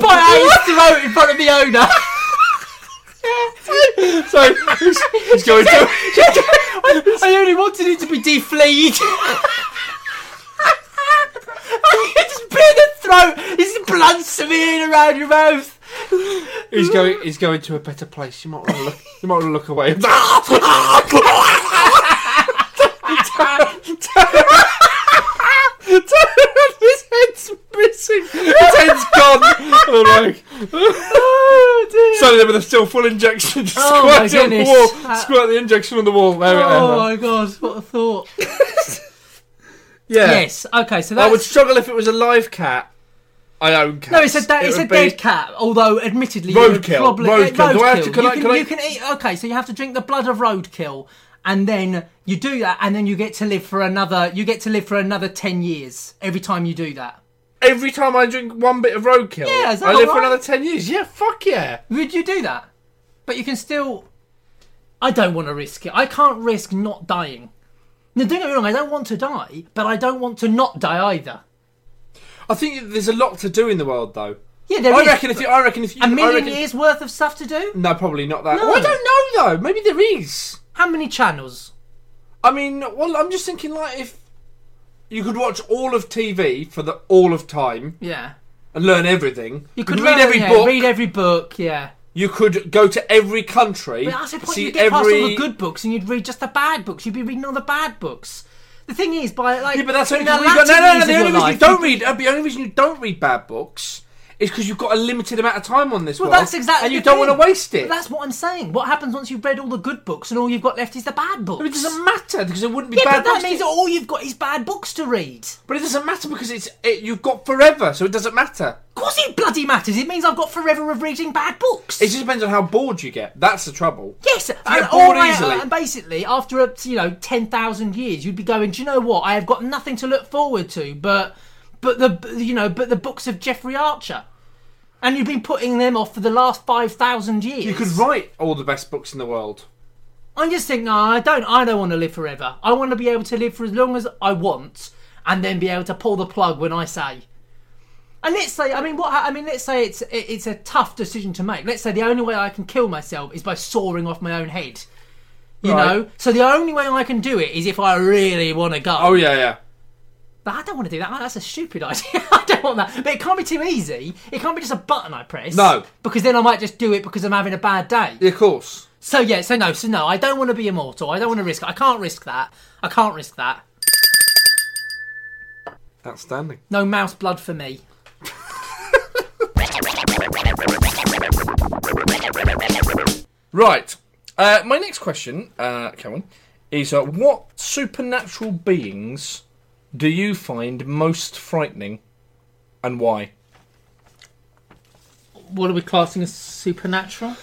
Speaker 1: bite out his throat in front of the owner.
Speaker 2: so he's, he's going to.
Speaker 1: I only wanted it to be defleed. you just bit the throat. His blood smeared around your mouth.
Speaker 2: He's going. He's going to a better place. You might want to look. You might want to look away. His head's missing. His head's gone. And I'm like, so then with a still full injection, just
Speaker 1: Oh my
Speaker 2: squirt it on the
Speaker 1: goodness.
Speaker 2: wall.
Speaker 1: Uh,
Speaker 2: squirt the injection on the wall. There
Speaker 1: Oh
Speaker 2: it is.
Speaker 1: my god, what a thought.
Speaker 2: Yeah.
Speaker 1: Yes. Okay, so
Speaker 2: I
Speaker 1: that's
Speaker 2: would struggle if it was a live cat. I own cats.
Speaker 1: No, it's a, da- it's a
Speaker 2: would be-
Speaker 1: dead cat. Although, admittedly, you would
Speaker 2: Roadkill.
Speaker 1: probably
Speaker 2: Roadkill. Do I have to- can
Speaker 1: you,
Speaker 2: I-
Speaker 1: can,
Speaker 2: can I-
Speaker 1: you can eat. Okay, so you have to drink the blood of roadkill, and then you do that, and then you get to live for another. You get to live for another ten years every time you do that.
Speaker 2: Every time I drink one bit of roadkill,
Speaker 1: Yeah, is that
Speaker 2: I live for
Speaker 1: alright?
Speaker 2: another ten years. Yeah, fuck yeah.
Speaker 1: Would you do that? But you can still. I don't want to risk it. I can't risk not dying. Now, don't get me wrong. I don't want to die, but I don't want to not die either.
Speaker 2: I think there's a lot to do in the world, though.
Speaker 1: Yeah, there
Speaker 2: I
Speaker 1: is
Speaker 2: reckon if you, I reckon if you,
Speaker 1: a
Speaker 2: I
Speaker 1: million
Speaker 2: reckon,
Speaker 1: years worth of stuff to do.
Speaker 2: No, probably not that.
Speaker 1: No.
Speaker 2: Well, I don't know though. Maybe there is.
Speaker 1: How many channels?
Speaker 2: I mean, well, I'm just thinking like if you could watch all of TV for the all of time
Speaker 1: Yeah.
Speaker 2: and learn everything.
Speaker 1: You could
Speaker 2: read
Speaker 1: learn-
Speaker 2: every
Speaker 1: yeah,
Speaker 2: book.
Speaker 1: Read every book, yeah.
Speaker 2: You could go to every country.
Speaker 1: But that's the point.
Speaker 2: see
Speaker 1: You get
Speaker 2: every.
Speaker 1: past all the good books and you'd read just the bad books. You'd be reading all the bad books. The thing is, by like,
Speaker 2: Yeah, but that's
Speaker 1: in
Speaker 2: only
Speaker 1: the
Speaker 2: because we
Speaker 1: latter
Speaker 2: got, no, no, no.
Speaker 1: years
Speaker 2: The
Speaker 1: of
Speaker 2: only
Speaker 1: your
Speaker 2: reason you
Speaker 1: life,
Speaker 2: don't read, uh, the only reason you don't read bad books is because you've got a limited amount of time on this.
Speaker 1: Well,
Speaker 2: world,
Speaker 1: that's exactly.
Speaker 2: And you
Speaker 1: the
Speaker 2: don't
Speaker 1: thing.
Speaker 2: want to waste it.
Speaker 1: But that's what I'm saying. What happens once you've read all the good books and all you've got left is the bad books?
Speaker 2: But it doesn't matter because it wouldn't be
Speaker 1: yeah,
Speaker 2: bad
Speaker 1: but that
Speaker 2: books.
Speaker 1: means all you've got is bad books to read.
Speaker 2: But it doesn't matter because it's it, you've got forever, so it doesn't matter.
Speaker 1: Of course, it bloody matters. It means I've got forever of reading bad books.
Speaker 2: It just depends on how bored you get. That's the trouble.
Speaker 1: Yes, and,
Speaker 2: get bored
Speaker 1: all I-
Speaker 2: easily.
Speaker 1: and basically, after a, you know ten thousand years, you'd be going. Do you know what? I have got nothing to look forward to, but but the you know but the books of Jeffrey Archer, and you've been putting them off for the last five thousand years.
Speaker 2: You could write all the best books in the world.
Speaker 1: I'm just thinking. "No, I don't. I don't want to live forever. I want to be able to live for as long as I want, and then be able to pull the plug when I say. And let's say, I mean, what? ha- I mean, let's say it's it- it's a tough decision to make. Let's say the only way I can kill myself is by soaring off my own head. You
Speaker 2: Right.
Speaker 1: know, so the only way I can do it is if I really want to go.
Speaker 2: Oh yeah, yeah.
Speaker 1: But I don't want to do that. That's a stupid idea. I don't want that. But it can't be too easy. It can't be just a button I press.
Speaker 2: No.
Speaker 1: because then I might just do it because I'm having a bad day.
Speaker 2: Yeah, of course.
Speaker 1: So yeah, so no, so no. I don't want to be immortal. I don't want to risk. I can't risk that. I can't risk that.
Speaker 2: Outstanding.
Speaker 1: No mouse blood for me.
Speaker 2: Right. Uh, my next question, uh, Cameron, is uh, what supernatural beings do you find most frightening, and why?
Speaker 1: What are we classing as supernatural?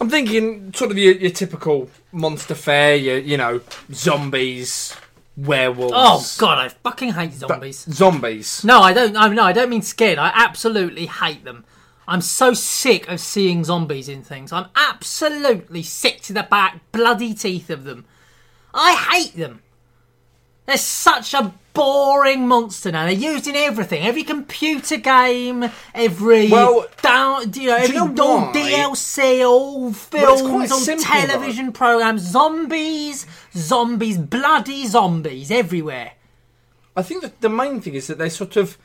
Speaker 2: I'm thinking sort of your, your typical monster fair, your you know zombies, werewolves.
Speaker 1: Oh god, I fucking hate zombies.
Speaker 2: Zombies.
Speaker 1: No, I don't. I no, I don't mean scared. I absolutely hate them. I'm so sick of seeing zombies in things. I'm absolutely sick to the back, bloody teeth of them. I hate them. They're such a boring monster now. They're used in everything, every computer game, every
Speaker 2: Well,
Speaker 1: down, you know, every
Speaker 2: you know
Speaker 1: all
Speaker 2: why?
Speaker 1: DLC, all
Speaker 2: it's
Speaker 1: films,
Speaker 2: quite
Speaker 1: all
Speaker 2: simple,
Speaker 1: television programs, zombies, zombies, bloody zombies everywhere.
Speaker 2: I think that the main thing is that they're sort of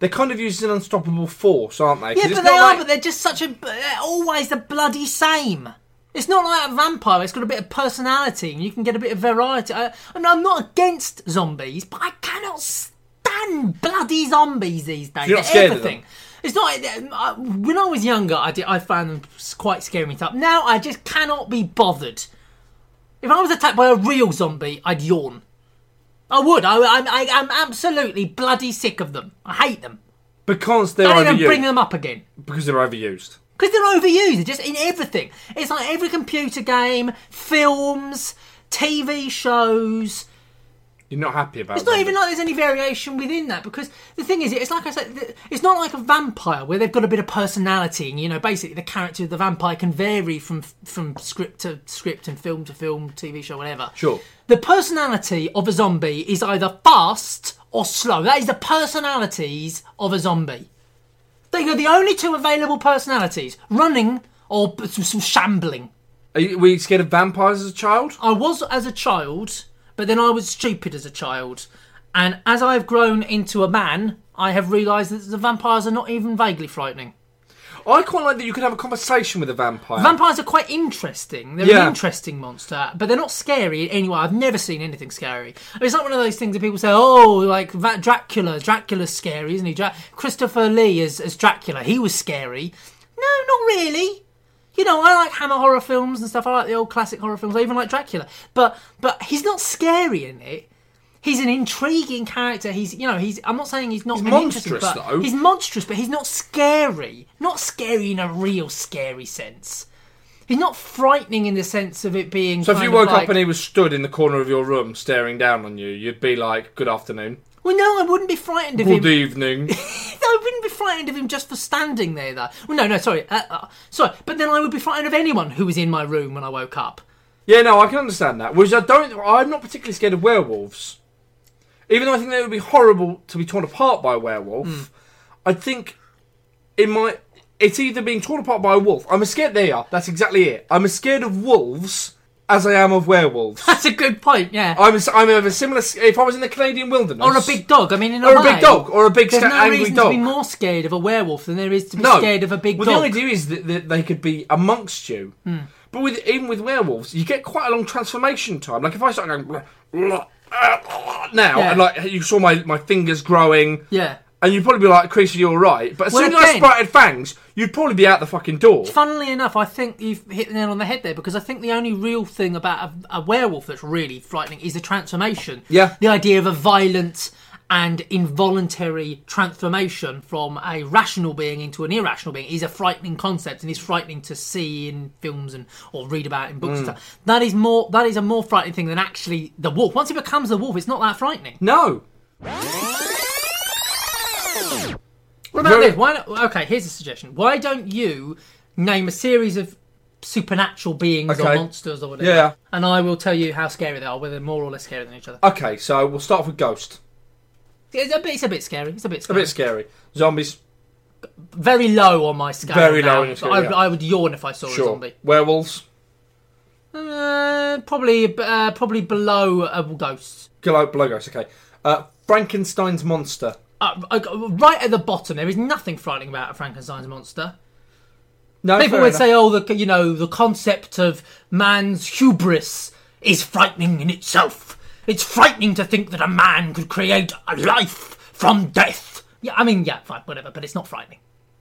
Speaker 2: they're kind of used as an unstoppable force, aren't they? 'Cause
Speaker 1: Yeah,
Speaker 2: it's
Speaker 1: but they
Speaker 2: not
Speaker 1: are,
Speaker 2: like-
Speaker 1: but they're just such a. They're always the bloody same. It's not like a vampire. It's got a bit of personality, and you can get a bit of variety. I, I mean, I'm not against zombies, but I cannot stand bloody zombies these days.
Speaker 2: You're not
Speaker 1: They're
Speaker 2: scared of
Speaker 1: everything.
Speaker 2: them?
Speaker 1: It's not. I- When I was younger, I did. I found them quite scary and stuff. Now I just cannot be bothered. If I was attacked by a real zombie, I'd yawn. I would. I, I, I, I'm absolutely bloody sick of them. I hate them.
Speaker 2: because they're
Speaker 1: Don't even
Speaker 2: overused.
Speaker 1: bring them up again.
Speaker 2: Because they're overused.
Speaker 1: Because they're overused, they're just in everything. It's like every computer game, films, TV shows.
Speaker 2: You're not happy about.
Speaker 1: It's not even like there's any variation within that because the thing is, it's like I said, th- it's not like a vampire where they've got a bit of personality and you know basically the character of the vampire can vary from from script to script and film to film, TV show, whatever.
Speaker 2: Sure.
Speaker 1: The personality of a zombie is either fast or slow. That is the personalities of a zombie. They are the only two available personalities: running or b- s- s- shambling.
Speaker 2: Are you, were you scared of vampires as a child?
Speaker 1: I was as a child, but then I was stupid as a child. And as I've grown into a man, I have realised that the vampires are not even vaguely frightening.
Speaker 2: I quite like that you could have a conversation with a vampire.
Speaker 1: Vampires are quite interesting. They're
Speaker 2: Yeah.
Speaker 1: an interesting monster, but they're not scary in any way. I've never seen anything scary. I mean, it's not one of those things that people say, "Oh, like Va- Dracula. Dracula's scary, isn't he?" Dra- Christopher Lee as, as Dracula. He was scary. No, not really. You know, I like Hammer horror films and stuff. I like the old classic horror films. I even like Dracula, but but he's not scary in it. He's an intriguing character. He's, you know, he's. I'm not saying he's not an interesting,
Speaker 2: monstrous,
Speaker 1: but
Speaker 2: though.
Speaker 1: He's monstrous, but he's not scary. Not scary in a real scary sense. He's not frightening in the sense of it being.
Speaker 2: so if
Speaker 1: kind
Speaker 2: you
Speaker 1: of
Speaker 2: woke
Speaker 1: like-
Speaker 2: up and he was stood in the corner of your room staring down on you, you'd be like, "Good afternoon,
Speaker 1: well, no, I wouldn't be frightened of him.
Speaker 2: good evening."
Speaker 1: I wouldn't be frightened of him just for standing there, though. Well, no, no, sorry, uh, uh, sorry. But then I would be frightened of anyone who was in my room when I woke up.
Speaker 2: yeah, no, I can understand that. Whereas I don't. I'm not particularly scared of werewolves, even though I think they would be horrible to be torn apart by a werewolf.
Speaker 1: Hmm.
Speaker 2: I think in my it's either being torn apart by a wolf. I'm as scared they are. That's exactly it. I'm as scared of wolves as I am of werewolves.
Speaker 1: That's a good point. Yeah.
Speaker 2: I'm a, I'm of a similar. If I was in the Canadian wilderness,
Speaker 1: or a big dog. I mean, in a
Speaker 2: or a
Speaker 1: way,
Speaker 2: big dog, or a big
Speaker 1: There's
Speaker 2: sca-
Speaker 1: no
Speaker 2: angry
Speaker 1: reason
Speaker 2: dog.
Speaker 1: to be more scared of a werewolf than there is to be
Speaker 2: no,
Speaker 1: scared of a big
Speaker 2: well,
Speaker 1: dog. Hmm.
Speaker 2: the idea is that, that they could be amongst you, but with even with werewolves, you get quite a long transformation time. Like if I start going "Blah, blah, ah, ah," now,
Speaker 1: Yeah.
Speaker 2: and like you saw my my fingers growing.
Speaker 1: yeah.
Speaker 2: And you'd probably be like, Chris, you're right. But as
Speaker 1: Well,
Speaker 2: soon as I
Speaker 1: again-
Speaker 2: sprouted fangs, you'd probably be out the fucking door.
Speaker 1: Funnily enough, I think you've hit the nail on the head there because I think the only real thing about a, a werewolf that's really frightening is the transformation.
Speaker 2: Yeah.
Speaker 1: The idea of a violent and involuntary transformation from a rational being into an irrational being is a frightening concept and is frightening to see in films and or read about in books and stuff. That is more that is a more frightening thing than actually the wolf. Once it becomes the wolf, it's not that frightening.
Speaker 2: No.
Speaker 1: What about
Speaker 2: Very-
Speaker 1: this? Why not, okay, here's a suggestion. Why don't you name a series of supernatural beings
Speaker 2: Okay.
Speaker 1: or monsters or whatever?
Speaker 2: Yeah. Uh,
Speaker 1: And I will tell you how scary they are, whether they're more or less scary than each other.
Speaker 2: Okay, so we'll start off with ghost.
Speaker 1: It's a bit, it's a bit scary. It's a bit
Speaker 2: A
Speaker 1: scary.
Speaker 2: bit scary. Zombies,
Speaker 1: Very low on my scale.
Speaker 2: Very
Speaker 1: now,
Speaker 2: low on your
Speaker 1: but
Speaker 2: scale,
Speaker 1: I,
Speaker 2: yeah.
Speaker 1: I would yawn if I saw a
Speaker 2: sure.
Speaker 1: zombie.
Speaker 2: Werewolves,
Speaker 1: Uh, probably, uh, probably below a ghost.
Speaker 2: Glow, blow ghost, oh, okay. Uh, Frankenstein's monster.
Speaker 1: Uh, uh, right at the bottom, there is nothing frightening about a Frankenstein's monster.
Speaker 2: No,
Speaker 1: People
Speaker 2: fair
Speaker 1: would
Speaker 2: enough.
Speaker 1: say, "Oh, the you know the concept of man's hubris is frightening in itself. It's frightening to think that a man could create a life from death." Yeah, I mean, yeah, fine, whatever, but it's not frightening.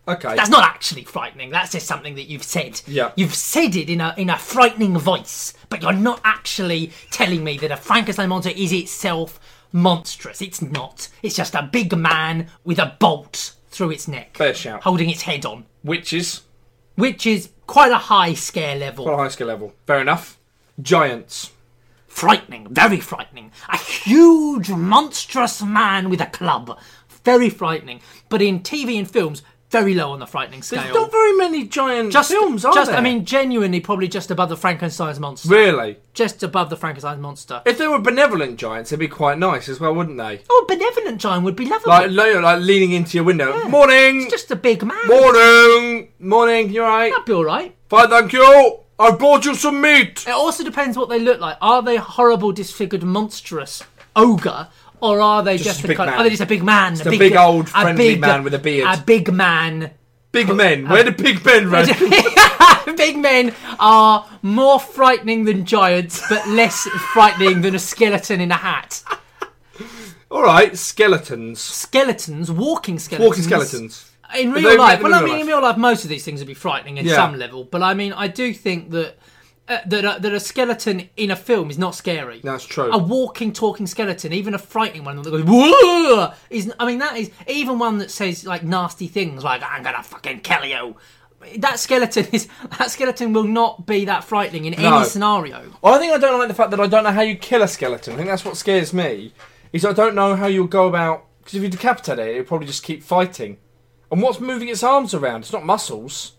Speaker 2: okay.
Speaker 1: That's not actually frightening. That's just something that you've said.
Speaker 2: Yeah.
Speaker 1: you've said it in a in a frightening voice, but you're not actually telling me that a Frankenstein monster is itself monstrous. It's not. It's just a big man with a bolt through its neck,
Speaker 2: Fair shout.
Speaker 1: holding its head on
Speaker 2: Witches,
Speaker 1: which is quite a high scare level.
Speaker 2: quite a high skill level. Fair enough. Giants.
Speaker 1: frightening, very frightening. A huge, monstrous man with a club. Very frightening. But in TV and films, very low on the frightening scale.
Speaker 2: There's not very many giant
Speaker 1: just
Speaker 2: films, are
Speaker 1: just
Speaker 2: there?
Speaker 1: I mean, genuinely, probably just above the Frankenstein's monster.
Speaker 2: really.
Speaker 1: Just above the Frankenstein's monster.
Speaker 2: If they were benevolent giants, they'd be quite nice as well, wouldn't they?
Speaker 1: Oh, benevolent giant would be lovely.
Speaker 2: Like, lo- like leaning into your window. Morning,
Speaker 1: It's just a big man.
Speaker 2: morning, morning. You're right.
Speaker 1: That'd be all right.
Speaker 2: Fine, thank you. I brought you some meat.
Speaker 1: It also depends what they look like. Are they horrible, disfigured, monstrous ogre, or are they just,
Speaker 2: a
Speaker 1: the
Speaker 2: big
Speaker 1: kind?
Speaker 2: man.
Speaker 1: Are they just a big man?
Speaker 2: a big old friendly man with a beard.
Speaker 1: A big man.
Speaker 2: Big men. Where did big men run?
Speaker 1: big men are more frightening than giants, but less frightening than a skeleton in a hat.
Speaker 2: All right, skeletons,
Speaker 1: Skeletons, walking skeletons,
Speaker 2: walking skeletons.
Speaker 1: in
Speaker 2: they-
Speaker 1: real life.
Speaker 2: in
Speaker 1: Well,
Speaker 2: real
Speaker 1: I mean,
Speaker 2: life.
Speaker 1: in real life, most of these things would be frightening at
Speaker 2: Yeah.
Speaker 1: some level. But I mean, I do think that uh, that a, that a skeleton in a film is not scary.
Speaker 2: That's true.
Speaker 1: A walking, talking skeleton, even a frightening one that goes whoa, is. I mean, that is even one that says like nasty things like "I'm gonna fucking kill you." That skeleton is that skeleton will not be that frightening in
Speaker 2: No.
Speaker 1: any scenario.
Speaker 2: I think I don't like the fact that I don't know how you kill a skeleton. I think that's what scares me. Is I don't know how you'll go about because if you decapitate it, it'll probably just keep fighting. And what's moving its arms around? It's not muscles.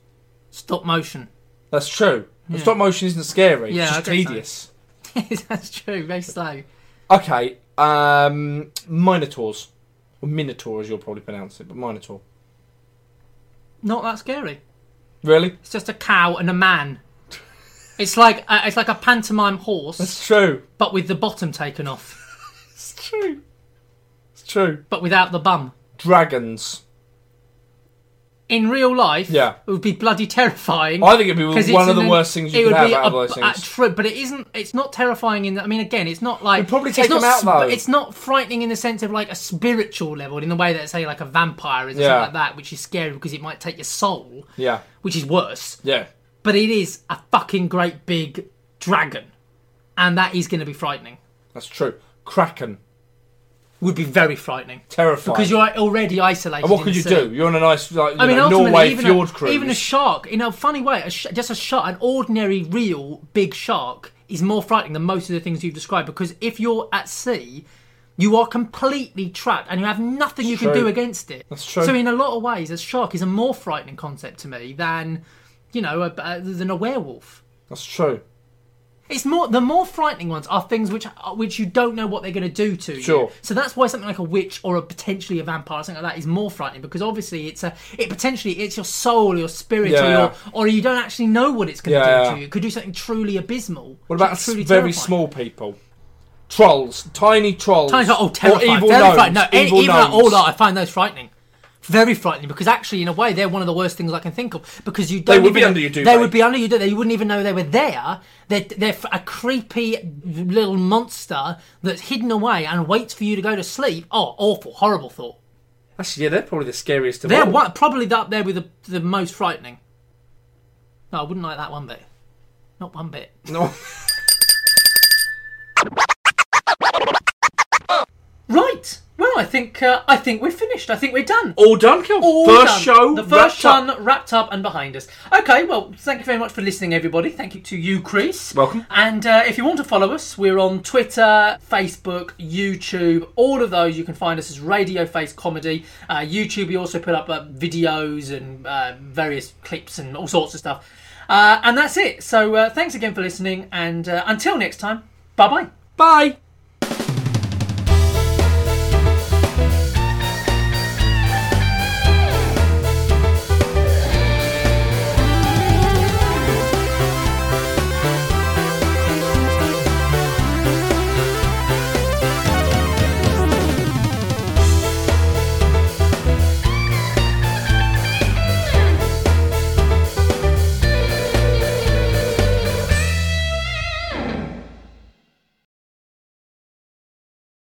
Speaker 1: Stop motion.
Speaker 2: That's true. Stop motion isn't scary.
Speaker 1: Yeah,
Speaker 2: it's
Speaker 1: I
Speaker 2: just
Speaker 1: guess so.
Speaker 2: tedious.
Speaker 1: That's true. Very slow.
Speaker 2: Okay, um, minotaurs or minotaur as you'll probably pronounce it, but minotaur.
Speaker 1: Not that scary.
Speaker 2: Really?
Speaker 1: It's just a cow and a man. It's like uh, it's like a pantomime horse,
Speaker 2: It's true.
Speaker 1: but with the bottom taken off,
Speaker 2: It's true. It's true.
Speaker 1: but without the bum.
Speaker 2: Dragons.
Speaker 1: In real life,
Speaker 2: Yeah.
Speaker 1: it would be bloody terrifying.
Speaker 2: I think it'd be
Speaker 1: 'cause it's
Speaker 2: one of
Speaker 1: in
Speaker 2: the
Speaker 1: an-
Speaker 2: worst things
Speaker 1: it
Speaker 2: you could
Speaker 1: would
Speaker 2: have
Speaker 1: be
Speaker 2: out of
Speaker 1: a-
Speaker 2: those
Speaker 1: a
Speaker 2: things.
Speaker 1: true- but it isn't. It's not terrifying in. that I mean, again, it's not like
Speaker 2: We'd probably take
Speaker 1: it's not
Speaker 2: them out, though.
Speaker 1: It's not frightening in the sense of like a spiritual level, in the way that say like a vampire is or
Speaker 2: Yeah.
Speaker 1: something like that, which is scary because it might take your soul,
Speaker 2: Yeah.
Speaker 1: which is worse.
Speaker 2: Yeah.
Speaker 1: But it is a fucking great big dragon, and that is going to be frightening.
Speaker 2: That's true. Kraken.
Speaker 1: Would be very frightening.
Speaker 2: Terrifying.
Speaker 1: because you're already isolated.
Speaker 2: And what
Speaker 1: in
Speaker 2: could
Speaker 1: the
Speaker 2: you
Speaker 1: sea.
Speaker 2: do? You're on a nice like you
Speaker 1: I mean,
Speaker 2: know,
Speaker 1: ultimately,
Speaker 2: Norway
Speaker 1: even
Speaker 2: fjord
Speaker 1: a,
Speaker 2: cruise.
Speaker 1: even a shark, in a funny way, a sh- just a shark, an ordinary, real big shark is more frightening than most of the things you've described. Because if you're at sea, you are completely trapped, and you have nothing you can
Speaker 2: true.
Speaker 1: do against it. That's
Speaker 2: true.
Speaker 1: So, in a lot of ways, a shark is a more frightening concept to me than, you know, a, a, than a werewolf.
Speaker 2: That's true.
Speaker 1: It's more the more frightening ones are things which which you don't know what they're going to do to you.
Speaker 2: Sure.
Speaker 1: So that's why something like a witch or a potentially a vampire or something like that is more frightening because obviously it's a it potentially it's your soul, your spirit,
Speaker 2: Yeah,
Speaker 1: or,
Speaker 2: yeah.
Speaker 1: your, or you don't actually know what it's going to
Speaker 2: Yeah,
Speaker 1: do
Speaker 2: yeah.
Speaker 1: to you. It could do something truly abysmal.
Speaker 2: What about s-
Speaker 1: truly
Speaker 2: very
Speaker 1: terrifying.
Speaker 2: small people? Trolls, tiny trolls.
Speaker 1: Sometimes, oh, terrifying!
Speaker 2: Or evil
Speaker 1: very
Speaker 2: gnomes.
Speaker 1: frightening. No, any-
Speaker 2: evil
Speaker 1: even at
Speaker 2: gnomes.
Speaker 1: all, I find those frightening. Very frightening because actually, in a way, they're one of the worst things I can think of because you don't.
Speaker 2: would
Speaker 1: even
Speaker 2: be
Speaker 1: know-
Speaker 2: under your
Speaker 1: They
Speaker 2: duvet.
Speaker 1: would be under your duvet. You wouldn't even know they were there. They're, they're f- a creepy little monster that's hidden away and waits for you to go to sleep. Oh, awful, horrible thought.
Speaker 2: Actually, yeah, they're probably the scariest of
Speaker 1: They're
Speaker 3: Oh.
Speaker 2: all.
Speaker 1: one, probably up there with the, the most frightening. No, I wouldn't like that one bit. Not one bit.
Speaker 2: No.
Speaker 3: Right. Well, I think uh, I think we're finished. I think we're done.
Speaker 2: all done, Kel.
Speaker 3: All done.
Speaker 2: first show.
Speaker 3: the first
Speaker 2: wrapped up.
Speaker 3: one wrapped up and behind us. Okay, well, thank you very much for listening, everybody. Thank you to you, Chris.
Speaker 2: Welcome.
Speaker 3: And uh, if you want to follow us, we're on Twitter, Facebook, YouTube, all of those. You can find us as Radio Face Comedy. Uh, YouTube, we also put up uh, videos and uh, various clips and all sorts of stuff. Uh, and that's it. So uh, thanks again for listening, and uh, until next time, bye bye.
Speaker 2: Bye.